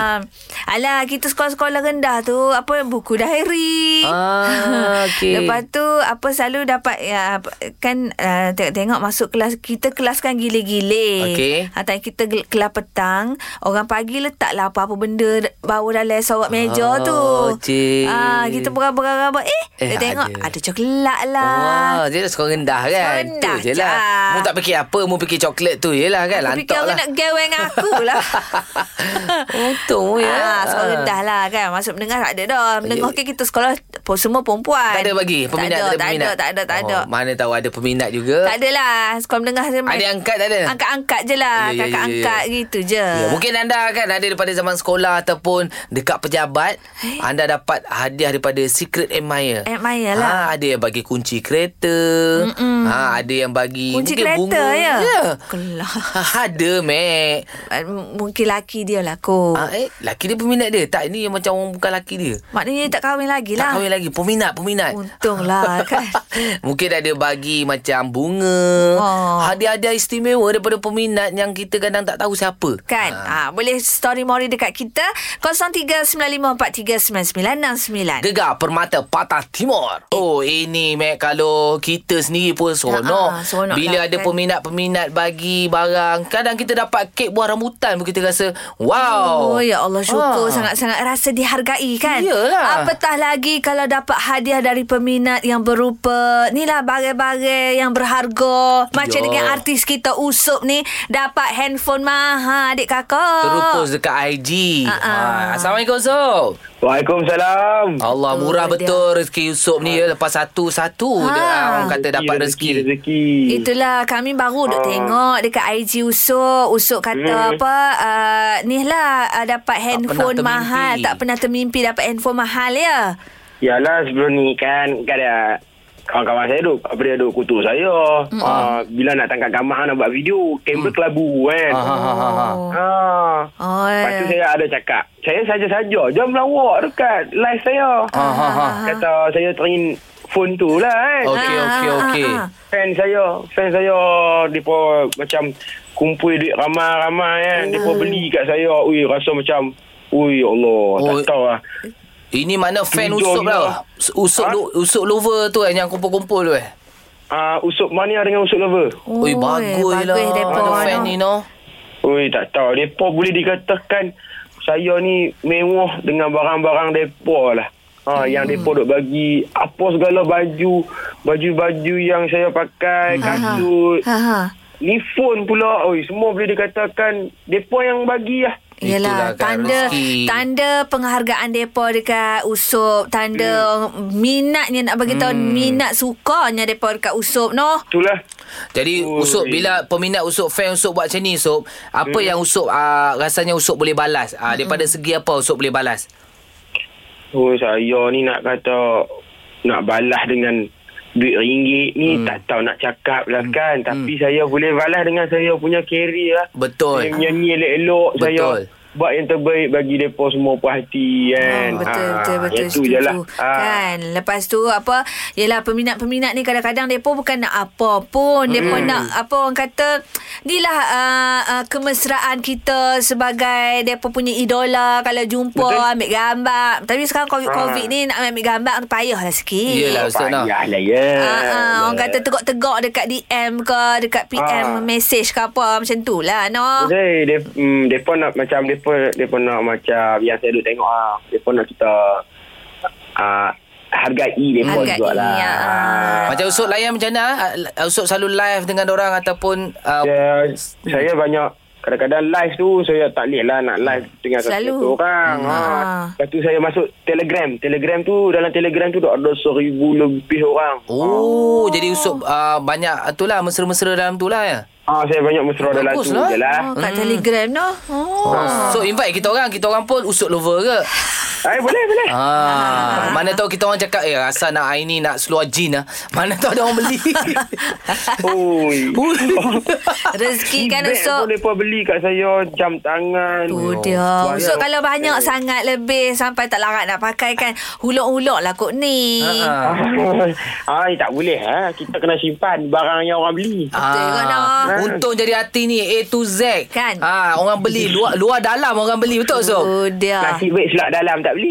Speaker 3: Alah, kita sekolah-sekolah rendah tu apa buku diary.
Speaker 2: Ah, okey.
Speaker 3: Lepas tu apa selalu dapat ya, apa- kan uh, tengok-tengok masuk kelas kita kelas kan gile-gile.
Speaker 2: Okey.
Speaker 3: Ha, time kita gel- kelas petang, orang pagi letaklah apa-apa benda bawa dalam sorok meja
Speaker 2: Oh,
Speaker 3: tu.
Speaker 2: cik.
Speaker 3: Ah, kita berabak-berabak eh,
Speaker 2: Eh,
Speaker 3: eh tengok
Speaker 2: ada. Oh,
Speaker 3: ada, coklat lah.
Speaker 2: Wah, dia dah sekolah rendah kan?
Speaker 3: Sekolah
Speaker 2: tu
Speaker 3: rendah
Speaker 2: je lah.
Speaker 3: je.
Speaker 2: Mu tak fikir apa, mu fikir coklat tu je lah kan?
Speaker 3: Aku fikir
Speaker 2: Lantak
Speaker 3: orang
Speaker 2: lah.
Speaker 3: nak geweng aku lah
Speaker 2: Untung mu ya.
Speaker 3: Ah, sekolah rendah lah kan. Masuk menengah tak ada dah. Menengah ke kita sekolah po- semua perempuan.
Speaker 2: Tak ada bagi peminat
Speaker 3: tak ada, tak
Speaker 2: peminat.
Speaker 3: ada, tak ada, tak ada.
Speaker 2: Oh, mana tahu ada peminat juga.
Speaker 3: Tak ada lah. Sekolah menengah tu main-
Speaker 2: Adik angkat tak ada?
Speaker 3: Angkat-angkat je lah.
Speaker 2: Ya, ya, ya,
Speaker 3: Kakak
Speaker 2: ya, ya.
Speaker 3: angkat gitu je.
Speaker 2: Ya, mungkin anda kan ada daripada zaman sekolah ataupun dekat pejabat, anda dapat hadiah daripada secret admirer.
Speaker 3: Eh? Admirer lah.
Speaker 2: Ha, ada yang bagi kunci kereta. Ha, ada yang bagi
Speaker 3: Kunci
Speaker 2: mungkin
Speaker 3: kereta
Speaker 2: bunga.
Speaker 3: ya.
Speaker 2: Ya.
Speaker 3: Kelah.
Speaker 2: ada, Mek.
Speaker 3: Ah, m- Mungkin laki dia lah kot.
Speaker 2: Ha, eh, laki dia peminat dia. Tak, ini yang macam orang bukan laki dia.
Speaker 3: Maknanya tak kahwin lagi
Speaker 2: Tak
Speaker 3: lah.
Speaker 2: kahwin lagi. Peminat, peminat.
Speaker 3: Untunglah kan.
Speaker 2: Mungkin ada bagi macam bunga.
Speaker 3: Oh.
Speaker 2: Hadiah-hadiah istimewa daripada peminat yang kita kadang tak tahu siapa.
Speaker 3: Kan
Speaker 2: Ah.
Speaker 3: ha. Boleh story mori dekat kita 0395439969
Speaker 2: Gegar Permata Patah
Speaker 3: Eh.
Speaker 2: Timur. Oh, ini Mac kalau kita sendiri pun
Speaker 3: Ha,
Speaker 2: seronok.
Speaker 3: ha, seronok
Speaker 2: Bila
Speaker 3: lah,
Speaker 2: ada
Speaker 3: kan?
Speaker 2: peminat-peminat bagi barang, kadang kita dapat kek buah rambutan pun kita rasa, wow.
Speaker 3: Oh ya Allah syukur
Speaker 2: Ah.
Speaker 3: sangat-sangat rasa dihargai kan.
Speaker 2: Iyalah.
Speaker 3: Apatah lagi kalau dapat hadiah dari peminat yang berupa ni lah barang-barang yang berharga. Macam
Speaker 2: Ya.
Speaker 3: dengan artis kita Usop ni dapat handphone mahal adik kakak.
Speaker 2: Terupus dekat IG.
Speaker 3: Ha, ha.
Speaker 2: Ha, Assalamualaikum, Sob.
Speaker 7: Waalaikumsalam.
Speaker 2: Allah
Speaker 3: Betul
Speaker 2: murah
Speaker 3: dia.
Speaker 2: betul rezeki Yusof ni ya lepas satu-satu
Speaker 3: Ha.
Speaker 2: ha. orang kata dapat rezeki.
Speaker 7: Rezeki.
Speaker 3: Itulah kami baru
Speaker 2: Ah.
Speaker 3: duk tengok dekat IG Usuk. Usuk kata apa uh, ni lah uh, dapat handphone
Speaker 2: Hmm. pernah termimpi.
Speaker 3: mahal. Tak pernah termimpi dapat handphone mahal ya.
Speaker 7: Yalah sebelum ni kan kan ada
Speaker 10: kawan-kawan saya duk apa dia duk kutu saya.
Speaker 3: Hmm.
Speaker 10: Mm. Uh, bila nak tangkap gambar nak buat video, kamera mm. kelabu kan.
Speaker 2: Hmm. Ha, ha, ha, ha, ha.
Speaker 10: Ha.
Speaker 3: Oh,
Speaker 10: Lepas
Speaker 2: Eh.
Speaker 10: tu saya ada cakap, saya saja-saja je melawak dekat live saya.
Speaker 2: Ha, ha, ha.
Speaker 10: Kata saya teringin phone tu lah kan.
Speaker 3: Ah,
Speaker 2: Okey, okey, okey.
Speaker 10: Fan saya, fan saya depa macam kumpul duit ramai-ramai kan.
Speaker 2: Hmm.
Speaker 10: Depa beli kat saya. Ui rasa macam Ui ya Allah, tak
Speaker 2: Ui.
Speaker 10: tahu lah.
Speaker 2: Ini mana fan usuk
Speaker 10: Hujung dia.
Speaker 2: tau. Usuk
Speaker 10: Ha?
Speaker 2: lo- usuk lover tu eh yang kumpul-kumpul tu eh.
Speaker 10: Uh, usuk mania dengan usuk lover.
Speaker 2: Oh, Oi,
Speaker 3: bagus
Speaker 2: bagus lah.
Speaker 3: depa,
Speaker 2: Mana fan
Speaker 3: no.
Speaker 2: ni no.
Speaker 10: Ui, tak tahu. Depa boleh dikatakan saya ni mewah dengan barang-barang depa lah. Ha, hmm. Yang depa duk bagi apa segala baju. Baju-baju yang saya pakai, kasut.
Speaker 3: Ha ha.
Speaker 10: Ni phone pula. Ui, semua boleh dikatakan depa yang bagi lah.
Speaker 3: Yalah
Speaker 2: Itulah kan,
Speaker 3: tanda
Speaker 2: rezeki.
Speaker 3: tanda penghargaan depa dekat Usop,
Speaker 2: Ya.
Speaker 3: tanda minatnya nak bagi tahu
Speaker 2: Hmm.
Speaker 3: minat sukanya depa dekat Usop noh.
Speaker 10: Itulah.
Speaker 2: Jadi
Speaker 10: Ui.
Speaker 2: Usop bila peminat Usop fan Usop buat macam ni Usop, apa yang Usop uh, rasanya Usop boleh balas? Uh, daripada segi apa Usop boleh balas?
Speaker 10: Oh saya ni nak kata nak balas dengan duit ringgit ni hmm. tak tahu nak cakap lah
Speaker 2: Hmm.
Speaker 10: kan tapi saya boleh balas dengan saya punya carry lah
Speaker 2: Betul.
Speaker 10: saya menyanyi elok-elok
Speaker 2: Betul.
Speaker 10: saya buat yang terbaik bagi mereka semua puas hati
Speaker 3: Oh,
Speaker 10: kan
Speaker 3: betul,
Speaker 2: Ha,
Speaker 10: Ah,
Speaker 3: betul, betul.
Speaker 10: yang tu je lah Ah.
Speaker 3: Kan. Lepas tu apa, yelah peminat-peminat ni kadang-kadang mereka bukan nak apa pun. Mereka
Speaker 2: Hmm.
Speaker 3: nak apa orang kata, ni lah uh, uh, kemesraan kita sebagai mereka punya idola. Kalau jumpa,
Speaker 10: Betul.
Speaker 3: ambil gambar. Tapi sekarang
Speaker 2: Ha.
Speaker 3: COVID-COVID
Speaker 10: Ah.
Speaker 3: ni nak ambil gambar payahlah sikit.
Speaker 2: Yelah Ustaz Nah.
Speaker 10: payahlah ya Eh,
Speaker 3: Ah, ah, orang kata tegak-tegak dekat DM ke dekat PM
Speaker 10: Ah.
Speaker 3: message ke apa macam tu lah no.
Speaker 10: Jadi dia mm, depa nak macam depa depa nak macam yang saya duk tengok ah depa nak kita ah hargai depa
Speaker 3: Hargai,
Speaker 10: juga lah.
Speaker 3: ya.
Speaker 2: Macam Usop layan macam mana? Uh, Usop selalu live dengan orang ataupun uh,
Speaker 10: saya, saya
Speaker 3: Hmm.
Speaker 10: banyak kadang-kadang live tu saya tak boleh lah nak live dengan
Speaker 3: Selalu. Hmm. Ah.
Speaker 10: satu orang. Ha. Lepas tu saya masuk Telegram. Telegram tu dalam Telegram tu dah ada seribu lebih orang.
Speaker 2: Oh, jadi Usop uh, banyak itulah mesra-mesra dalam tu lah ya.
Speaker 10: Ah saya banyak mesra dalam
Speaker 2: Bagus
Speaker 10: tu
Speaker 2: lah.
Speaker 10: je lah.
Speaker 3: Oh, kat Telegram no. Oh.
Speaker 2: So invite kita orang, kita orang pun usut lover ke?
Speaker 10: Eh boleh boleh.
Speaker 3: Ah.
Speaker 2: Ah, mana tahu kita orang cakap eh rasa nak air ni nak seluar jin lah. Mana tahu ada orang beli.
Speaker 10: Oi.
Speaker 2: Ui.
Speaker 3: Rezeki kan
Speaker 10: Beg
Speaker 3: Usop.
Speaker 10: pun mereka beli kat saya jam tangan. Oh, Eh.
Speaker 3: Tu dia.
Speaker 10: Banyak.
Speaker 3: So kalau banyak sangat lebih sampai tak larat nak pakai kan. Huluk-huluk lah kot ni.
Speaker 2: Ah.
Speaker 10: Ah, eh, tak boleh ha. Kita kena simpan barang yang orang beli.
Speaker 3: Ah, Betul ke, Noh?
Speaker 2: untung jadi hati ni A to Z.
Speaker 3: Kan?
Speaker 2: Ah, orang beli luar luar dalam orang beli betul so.
Speaker 3: Tu Oh, dia.
Speaker 10: Nasi baik selak dalam tak beli.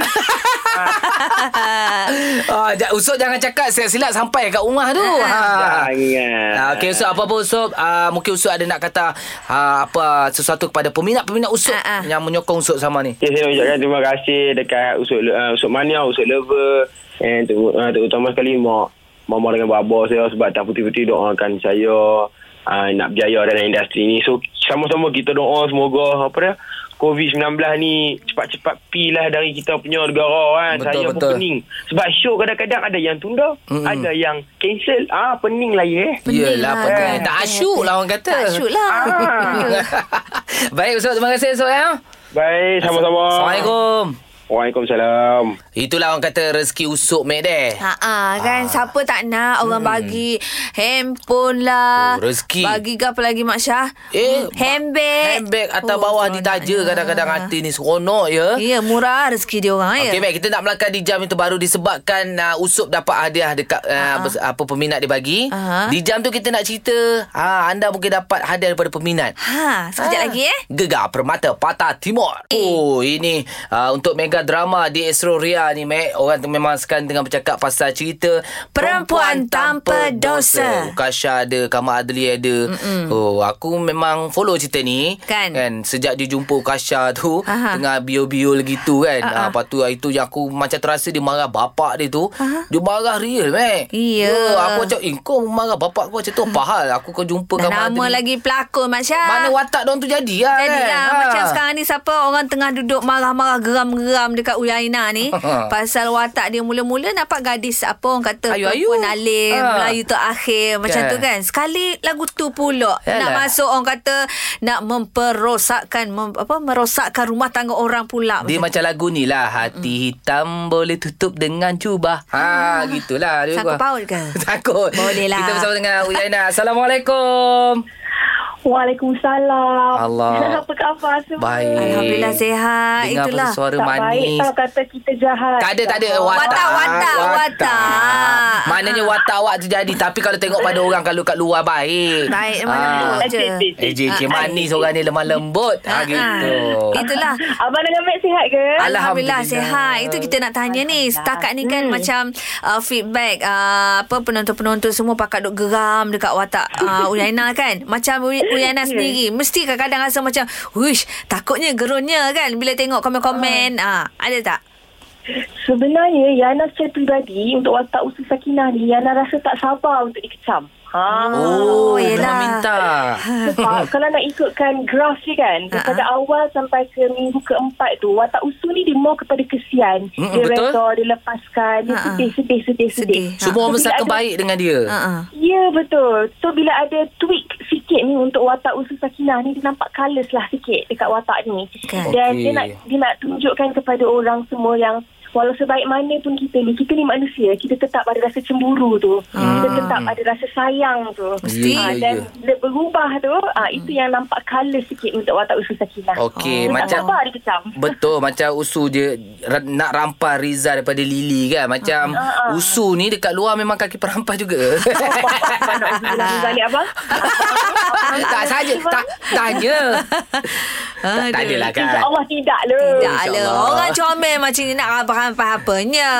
Speaker 2: Ah, ja- usut jangan cakap silap-silap sampai kat rumah tu.
Speaker 3: Ah,
Speaker 2: Ha.
Speaker 10: Jangan.
Speaker 2: Ah, okay, Usop. Apa pun Usop, ah, mungkin Usop ada nak kata ah, apa sesuatu kepada peminat-peminat Usop
Speaker 3: Ah, ah.
Speaker 2: yang menyokong Usop sama ni.
Speaker 10: Okay, saya nak ucapkan terima kasih dekat Usut, uh, Usut Mania, Usut Lover and ter, uh, terutama sekali mak mama dengan baba saya sebab tak putih-putih doakan saya uh, nak berjaya dalam industri ni. So sama-sama kita doa semoga apa dia COVID-19 ni cepat-cepat pi lah dari kita punya negara kan.
Speaker 2: Betul,
Speaker 10: saya pun
Speaker 2: betul.
Speaker 10: pening. Sebab show kadang-kadang ada yang tunda,
Speaker 2: Mm-mm.
Speaker 10: ada yang cancel. Ah pening lah ye.
Speaker 3: Pening
Speaker 2: Yelah,
Speaker 3: lah.
Speaker 2: pening.
Speaker 3: Kan?
Speaker 2: Tak
Speaker 3: Pening,
Speaker 2: asyuk lah orang kata.
Speaker 3: Tak syuk lah.
Speaker 10: Ah.
Speaker 2: Baik Usop, terima kasih Usop ya.
Speaker 10: Baik, sama-sama.
Speaker 2: Assalamualaikum.
Speaker 10: Waalaikumsalam.
Speaker 2: Itulah orang kata rezeki Usop mek deh.
Speaker 3: Ha ah kan siapa tak nak orang bagi handphone lah.
Speaker 2: Hmm. Oh, rezeki.
Speaker 3: Bagi ke apa lagi Mak Syah? Hmm,
Speaker 2: Eh,
Speaker 3: handbag. Oh,
Speaker 2: Handbag atas bawah ditaja
Speaker 3: seronoknya.
Speaker 2: kadang-kadang hati ni seronok ya.
Speaker 3: Ya, murah rezeki dia orang ya.
Speaker 2: Okey baik kita nak melangkah di jam yang terbaru disebabkan uh, Usop dapat hadiah dekat uh, uh apa peminat dia bagi.
Speaker 3: Aha.
Speaker 2: Di jam tu kita nak cerita ha anda mungkin dapat hadiah daripada peminat.
Speaker 3: Ha, sekejap
Speaker 2: Ah.
Speaker 3: lagi eh.
Speaker 2: Gegar Permata Patah Timur. Oh, ini uh, untuk mega drama di Astro Ria ni, Mac. Orang tu memang sekarang tengah bercakap pasal cerita
Speaker 3: Perempuan Tanpa Dosa.
Speaker 2: Oh, Kasha ada, Kamal Adli ada. Mm-mm. Oh, aku memang follow cerita ni.
Speaker 3: Kan?
Speaker 2: kan? Sejak dia jumpa Kasha tu,
Speaker 3: Aha.
Speaker 2: Aha. tengah biol-biol gitu kan. Uh-huh. lepas tu hari tu yang aku macam terasa dia marah bapak dia tu. Aha. Dia marah real, Mac.
Speaker 3: Iya.
Speaker 2: Ya, aku macam, eh kau marah bapak kau macam tu apa hal? Aku kau jumpa
Speaker 3: Dan
Speaker 2: Kamal
Speaker 3: nama
Speaker 2: Adli.
Speaker 3: lagi pelakon Mak Syah.
Speaker 2: Mana watak dia tu jadi lah
Speaker 3: Ah. Jadi
Speaker 2: kan?
Speaker 3: lah,
Speaker 2: Ha.
Speaker 3: macam sekarang ni siapa orang tengah duduk marah-marah geram-geram geram dekat Uyaina ni
Speaker 5: Ha.
Speaker 3: pasal watak dia mula-mula nampak gadis apa orang kata
Speaker 5: Ayu, ayu.
Speaker 3: perempuan alim,
Speaker 5: Ha.
Speaker 3: Melayu terakhir macam
Speaker 5: Kan.
Speaker 3: tu kan. Sekali lagu tu pula nak
Speaker 5: Yalah.
Speaker 3: masuk orang kata nak memperosakkan mem, apa merosakkan rumah tangga orang pula.
Speaker 5: Dia macam lagu ni lah Hati
Speaker 3: Mm.
Speaker 5: hitam boleh tutup dengan cubah Ha gitulah dia gua.
Speaker 3: Sangkut paut ke?
Speaker 5: Takut
Speaker 3: Ah. Boleh lah.
Speaker 5: Kita bersama dengan Uyaina Assalamualaikum
Speaker 8: Waalaikumsalam.
Speaker 5: Allah.
Speaker 8: Apa khabar semua?
Speaker 5: Baik
Speaker 3: Alhamdulillah sihat.
Speaker 5: Dengar pasal
Speaker 3: Ah, Itulah.
Speaker 5: suara
Speaker 8: Tak baik
Speaker 5: manis
Speaker 8: tau kata kita jahat.
Speaker 2: Tak ada, tak ada. Watak.
Speaker 3: Watak, watak, watak. Ah.
Speaker 2: Maknanya watak awak tu jadi. Tapi kalau tengok pada orang, kalau kat luar baik.
Speaker 3: Baik mana dulu
Speaker 2: Ah.
Speaker 3: je.
Speaker 2: Eh, JK manis orang ni lemah lembut. Ha, gitu.
Speaker 3: Ah, Itulah.
Speaker 2: Eh.
Speaker 8: Abang dengan Mek sihat ke?
Speaker 2: Ah.
Speaker 3: Alhamdulillah sihat. Itu kita nak tanya ni. Setakat ni
Speaker 2: Hmm.
Speaker 3: kan macam uh, feedback uh, apa penonton-penonton semua pakat duk geram dekat watak uh, Uyaina kan. Macam Uy- Uyaina
Speaker 2: Hmm.
Speaker 3: sendiri mesti kadang-kadang rasa macam wish takutnya gerunnya kan bila tengok
Speaker 2: Hmm.
Speaker 3: komen-komen. Ah, ada tak?
Speaker 8: Sebenarnya Yana secara pribadi untuk watak usus sakinah ni Yana rasa tak sabar untuk dikecam. Ha.
Speaker 2: Oh,
Speaker 3: Oh,
Speaker 2: memang
Speaker 3: yelah.
Speaker 2: minta.
Speaker 8: Sebab Ah, kalau nak ikutkan graf
Speaker 2: Ah,
Speaker 8: ni kan Daripada uh-huh. awal sampai ke minggu keempat tu Watak usul ni dia more kepada kesian
Speaker 2: Mm-mm,
Speaker 8: Dia
Speaker 2: betul. Ah,
Speaker 8: redor, dia lepaskan Dia
Speaker 3: Ha, ha.
Speaker 8: sedih, sedih, sedih, sedih,
Speaker 3: Sedih.
Speaker 2: Semua orang
Speaker 8: Tapi
Speaker 2: besar
Speaker 8: ada-
Speaker 2: kebaik dengan dia.
Speaker 3: Ha ah.
Speaker 8: Ya betul So bila ada tweak sikit ni Untuk watak usus sakinah ni Dia nampak colours lah sikit Dekat watak ni
Speaker 3: Kan.
Speaker 8: Dan
Speaker 2: Okey.
Speaker 8: dia nak dia nak tunjukkan kepada orang semua yang Walau sebaik mana pun kita ni Kita ni manusia Kita tetap ada rasa cemburu tu Kita
Speaker 2: Hmm.
Speaker 8: tetap ada rasa sayang tu
Speaker 3: Mesti.
Speaker 8: Ah,
Speaker 2: Ya,
Speaker 8: Dan bila berubah tu ah, Itu yang nampak colour sikit Untuk watak usus sakinah
Speaker 2: Hmm. Okey,
Speaker 8: Dia
Speaker 2: macam-
Speaker 8: tak sabar dia kecam
Speaker 2: Betul macam usu dia ra- nak rampas Riza daripada Lily kan. Macam uh, usu ni dekat luar memang kaki perampas juga. Ah.
Speaker 8: Balik abang
Speaker 2: tak saja tak tanya. tak, tak adalah kan.
Speaker 8: InsyaAllah tidak lah
Speaker 3: Tidak
Speaker 2: InsyaAllah.
Speaker 3: lah. Orang comel macam ni nak rampas-rampas apanya.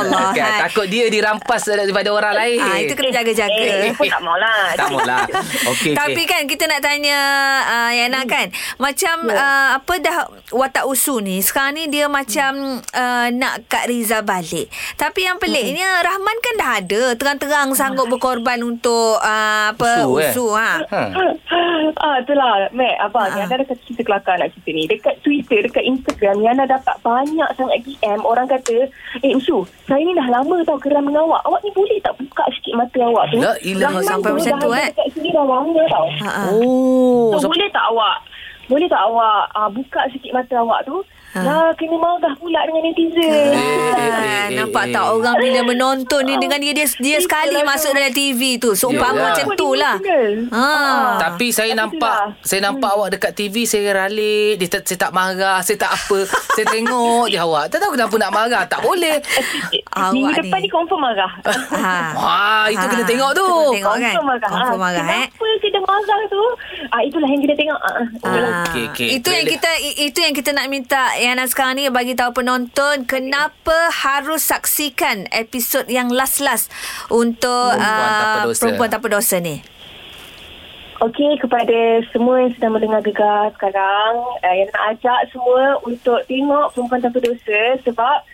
Speaker 3: Allah.
Speaker 2: Kan,
Speaker 3: hai.
Speaker 2: takut dia dirampas daripada orang lain.
Speaker 3: Ah, itu kena
Speaker 8: Eh,
Speaker 3: jaga-jaga.
Speaker 8: pun tak maulah
Speaker 2: Tak maulah. Okey
Speaker 3: Okay, Tapi
Speaker 2: okey.
Speaker 3: okay. kan kita nak tanya uh, Yana hmm. kan macam
Speaker 2: Ya.
Speaker 3: yeah. uh, apa dah watak usu ni sekarang ni dia macam uh, nak Kak Riza balik. Tapi yang peliknya hmm. Rahman kan dah ada terang-terang sanggup berkorban untuk uh, apa
Speaker 2: Usu,
Speaker 3: usu,
Speaker 2: Hmm. eh?
Speaker 3: usu ha.
Speaker 2: Ha.
Speaker 8: ah, itulah Mac abang ah. Yana dekat cerita kelakar nak cerita ni dekat Twitter dekat Instagram Yana dapat banyak sangat DM orang kata eh Usu saya ni dah lama tau geram dengan awak awak ni boleh tak buka sikit mata awak tu
Speaker 2: La ilaha
Speaker 8: Rahman
Speaker 3: Lah, sampai
Speaker 8: tu
Speaker 3: macam
Speaker 8: dah
Speaker 3: tu,
Speaker 8: ada
Speaker 3: eh.
Speaker 8: dekat sini dah lama tau
Speaker 3: Ha. ha.
Speaker 2: Oh, so,
Speaker 8: so, boleh tak awak boleh tak awak ah, buka sikit mata awak tu
Speaker 3: Ha.
Speaker 8: lah kena marah pula dengan
Speaker 2: Eh,
Speaker 8: netizen
Speaker 3: Ah, Eh, nampak tak orang bila menonton ni dengan dia dia, dia sekali
Speaker 8: Itulah
Speaker 3: masuk
Speaker 8: lah tu.
Speaker 3: dalam TV tu. So umpama
Speaker 2: Yelah.
Speaker 3: macam tu lah. Ha.
Speaker 2: Ya, Tapi saya
Speaker 8: Tapi
Speaker 2: nampak
Speaker 8: itulah.
Speaker 2: Saya nampak awak dekat TV Saya ralik dia tak, Saya tak marah Saya tak apa Saya tengok je awak Tak tahu kenapa nak marah Tak boleh
Speaker 3: Awak
Speaker 8: Eh, Minggu
Speaker 3: ni.
Speaker 8: depan ni confirm marah
Speaker 3: Ha.
Speaker 2: Wah itu
Speaker 3: Ha.
Speaker 2: kena tengok tu
Speaker 3: Itu kena tengok kan.
Speaker 8: Confirm marah
Speaker 3: Confirm
Speaker 8: Ah,
Speaker 3: marah eh.
Speaker 8: Kenapa kita marah tu ah, Itulah yang kita tengok ah, itulah.
Speaker 3: Ah,
Speaker 2: Oh, Okey, okey.
Speaker 3: Itu yang
Speaker 2: Boleh.
Speaker 3: kita i- itu yang kita nak minta Yana sekarang ni bagi tahu penonton kenapa harus saksikan episod yang last-last untuk
Speaker 2: Perempuan Tanpa
Speaker 3: ah,
Speaker 2: Dosa.
Speaker 3: perempuan tanpa dosa ni.
Speaker 8: Okey, kepada semua yang sedang mendengar gegar sekarang, uh, yang nak ajak semua untuk tengok Perempuan Tanpa Dosa sebab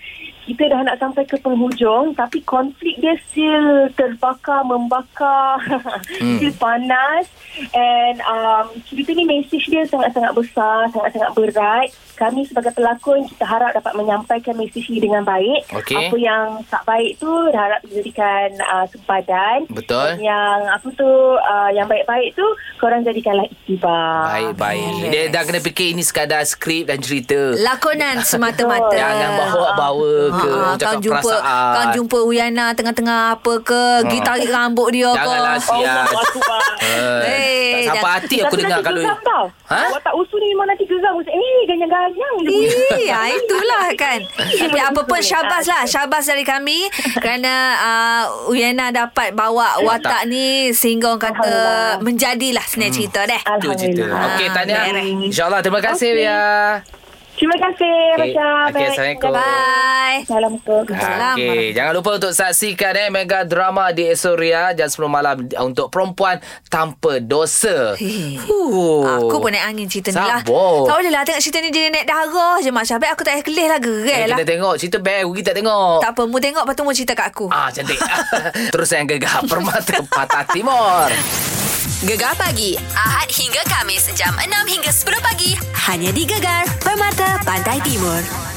Speaker 8: kita dah nak sampai ke penghujung tapi konflik dia still terbakar, membakar, hmm. still panas and um, cerita ni message dia sangat-sangat besar, sangat-sangat berat. Kami sebagai pelakon, kita harap dapat menyampaikan message ni dengan baik.
Speaker 2: Okey.
Speaker 8: Apa yang tak baik tu harap dijadikan uh, sempadan.
Speaker 2: Betul.
Speaker 8: Dan yang apa tu uh, yang baik-baik tu korang jadikanlah iktibar.
Speaker 2: Baik-baik
Speaker 3: Ah,
Speaker 2: Dia dah kena fikir Ini sekadar skrip dan cerita
Speaker 3: Lah. Lakonan semata-mata.
Speaker 2: Jangan bawa-bawa ke
Speaker 3: Ha, ha,
Speaker 2: Ucapkan
Speaker 3: kau jumpa
Speaker 2: perasaan Ah.
Speaker 3: kau jumpa Uyana tengah-tengah apa ke, pergi tarik rambut dia ke.
Speaker 2: Janganlah sial
Speaker 8: Allah Akbar.
Speaker 2: Eh,
Speaker 3: Eh,
Speaker 2: Tak sampai
Speaker 3: dah-
Speaker 2: hati Ya. aku dengar
Speaker 8: nanti
Speaker 2: kalau
Speaker 8: geram tau.
Speaker 2: Ha?
Speaker 8: Ha? Watak usul ni memang nanti geram. Macam, eh, ganyang-ganyang. dia punya.
Speaker 3: Iya, Eh, ya, itulah kan. Tapi apa pun syabas lah. Syabas dari kami kerana uh, Uyana dapat bawa watak ni sehingga orang kata
Speaker 8: Alhamdulillah.
Speaker 3: menjadilah sebenarnya cerita deh.
Speaker 2: Itu cerita
Speaker 8: Alhamdulillah.
Speaker 2: Okey
Speaker 3: Ah,
Speaker 2: Tahniah
Speaker 3: merah.
Speaker 2: InsyaAllah Terima kasih
Speaker 8: Okey.
Speaker 2: Ria
Speaker 8: Terima kasih,
Speaker 2: Okey,
Speaker 8: Masya.
Speaker 2: okey,
Speaker 8: Baik.
Speaker 2: Assalamualaikum.
Speaker 3: Bye.
Speaker 8: Assalamualaikum.
Speaker 3: Salam.
Speaker 2: Okey, jangan lupa untuk saksikan eh mega drama di esok Ria jam 10 malam untuk perempuan tanpa dosa.
Speaker 3: Hei.
Speaker 2: Huh.
Speaker 3: Aku pun naik angin cerita ni lah
Speaker 2: Oh. Sabar.
Speaker 3: Tak boleh lah Tengok cerita ni Dia naik darah je Mak Syabik Aku tak payah kelih lah Gerai
Speaker 2: Eh,
Speaker 3: lah
Speaker 2: kita tengok cerita bear kita tengok.
Speaker 3: Tak apa Mu tengok Lepas tu mu cerita kat aku
Speaker 2: Ah cantik. Terus yang gegar permata patah timur.
Speaker 1: Gegar pagi Ahad hingga Kamis jam 6 hingga 10 pagi hanya di Gegar Permata Pantai Timur.